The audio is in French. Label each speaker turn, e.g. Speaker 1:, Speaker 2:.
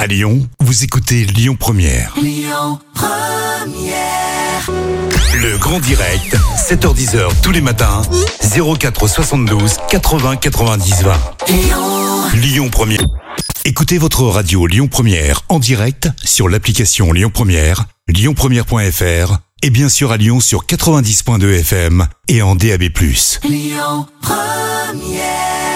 Speaker 1: À Lyon, vous écoutez Lyon Première. Lyon Première. Le grand direct, 7h10h tous les matins, 04 72 80 90 20. Lyon Première. Écoutez votre radio Lyon Première en direct sur l'application Lyon Première, lyonpremière.fr et bien sûr à Lyon sur 90.2 FM et en DAB+.
Speaker 2: Lyon Première